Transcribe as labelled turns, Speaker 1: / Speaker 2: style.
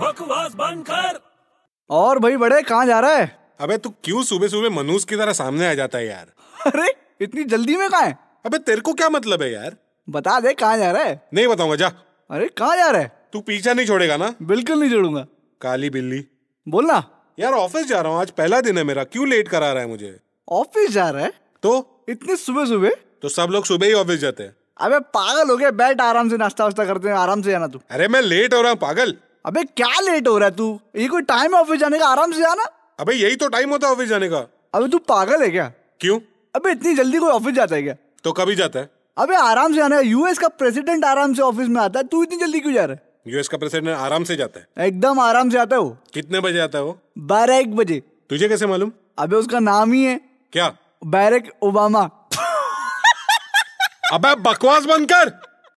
Speaker 1: बकवास बंद कर
Speaker 2: और भाई बड़े कहाँ जा रहा है
Speaker 3: अबे तू क्यों सुबह सुबह मनूज की तरह सामने आ जाता है यार
Speaker 2: अरे इतनी जल्दी में कहाँ है
Speaker 3: अबे तेरे को क्या मतलब है यार
Speaker 2: बता दे कहाँ जा रहा है
Speaker 3: नहीं बताऊंगा जा
Speaker 2: अरे कहाँ जा रहा है
Speaker 3: तू पीछा नहीं छोड़ेगा ना
Speaker 2: बिल्कुल नहीं जोड़ूंगा
Speaker 3: काली बिल्ली
Speaker 2: बोलना
Speaker 3: यार ऑफिस जा रहा हूँ आज पहला दिन है मेरा क्यों लेट करा रहा है मुझे
Speaker 2: ऑफिस जा रहा है
Speaker 3: तो
Speaker 2: इतनी सुबह सुबह
Speaker 3: तो सब लोग सुबह ही ऑफिस जाते हैं
Speaker 2: अबे पागल हो गया बैठ आराम से नाश्ता वास्ता करते हैं आराम से जाना तू
Speaker 3: अरे मैं लेट हो रहा हूँ पागल
Speaker 2: अबे क्या लेट हो रहा है तू ये कोई टाइम है ऑफिस जाने का आराम से जाना
Speaker 3: अबे यही तो टाइम होता है ऑफिस जाने का
Speaker 2: अबे तू पागल है क्या
Speaker 3: क्यों
Speaker 2: अबे इतनी जल्दी कोई ऑफिस जाता है क्या
Speaker 3: तो कभी जाता है
Speaker 2: अबे आराम से आना है यूएस का प्रेसिडेंट आराम से ऑफिस में आता है तू इतनी जल्दी क्यों जा रहा
Speaker 3: यूएस का प्रेसिडेंट आराम से जाता है
Speaker 2: है एकदम आराम से आता है वो
Speaker 3: कितने बजे आता है वो
Speaker 2: बारह एक बजे
Speaker 3: तुझे कैसे मालूम
Speaker 2: अबे उसका नाम ही है
Speaker 3: क्या
Speaker 2: बैरक ओबामा
Speaker 3: अबे बकवास बंद कर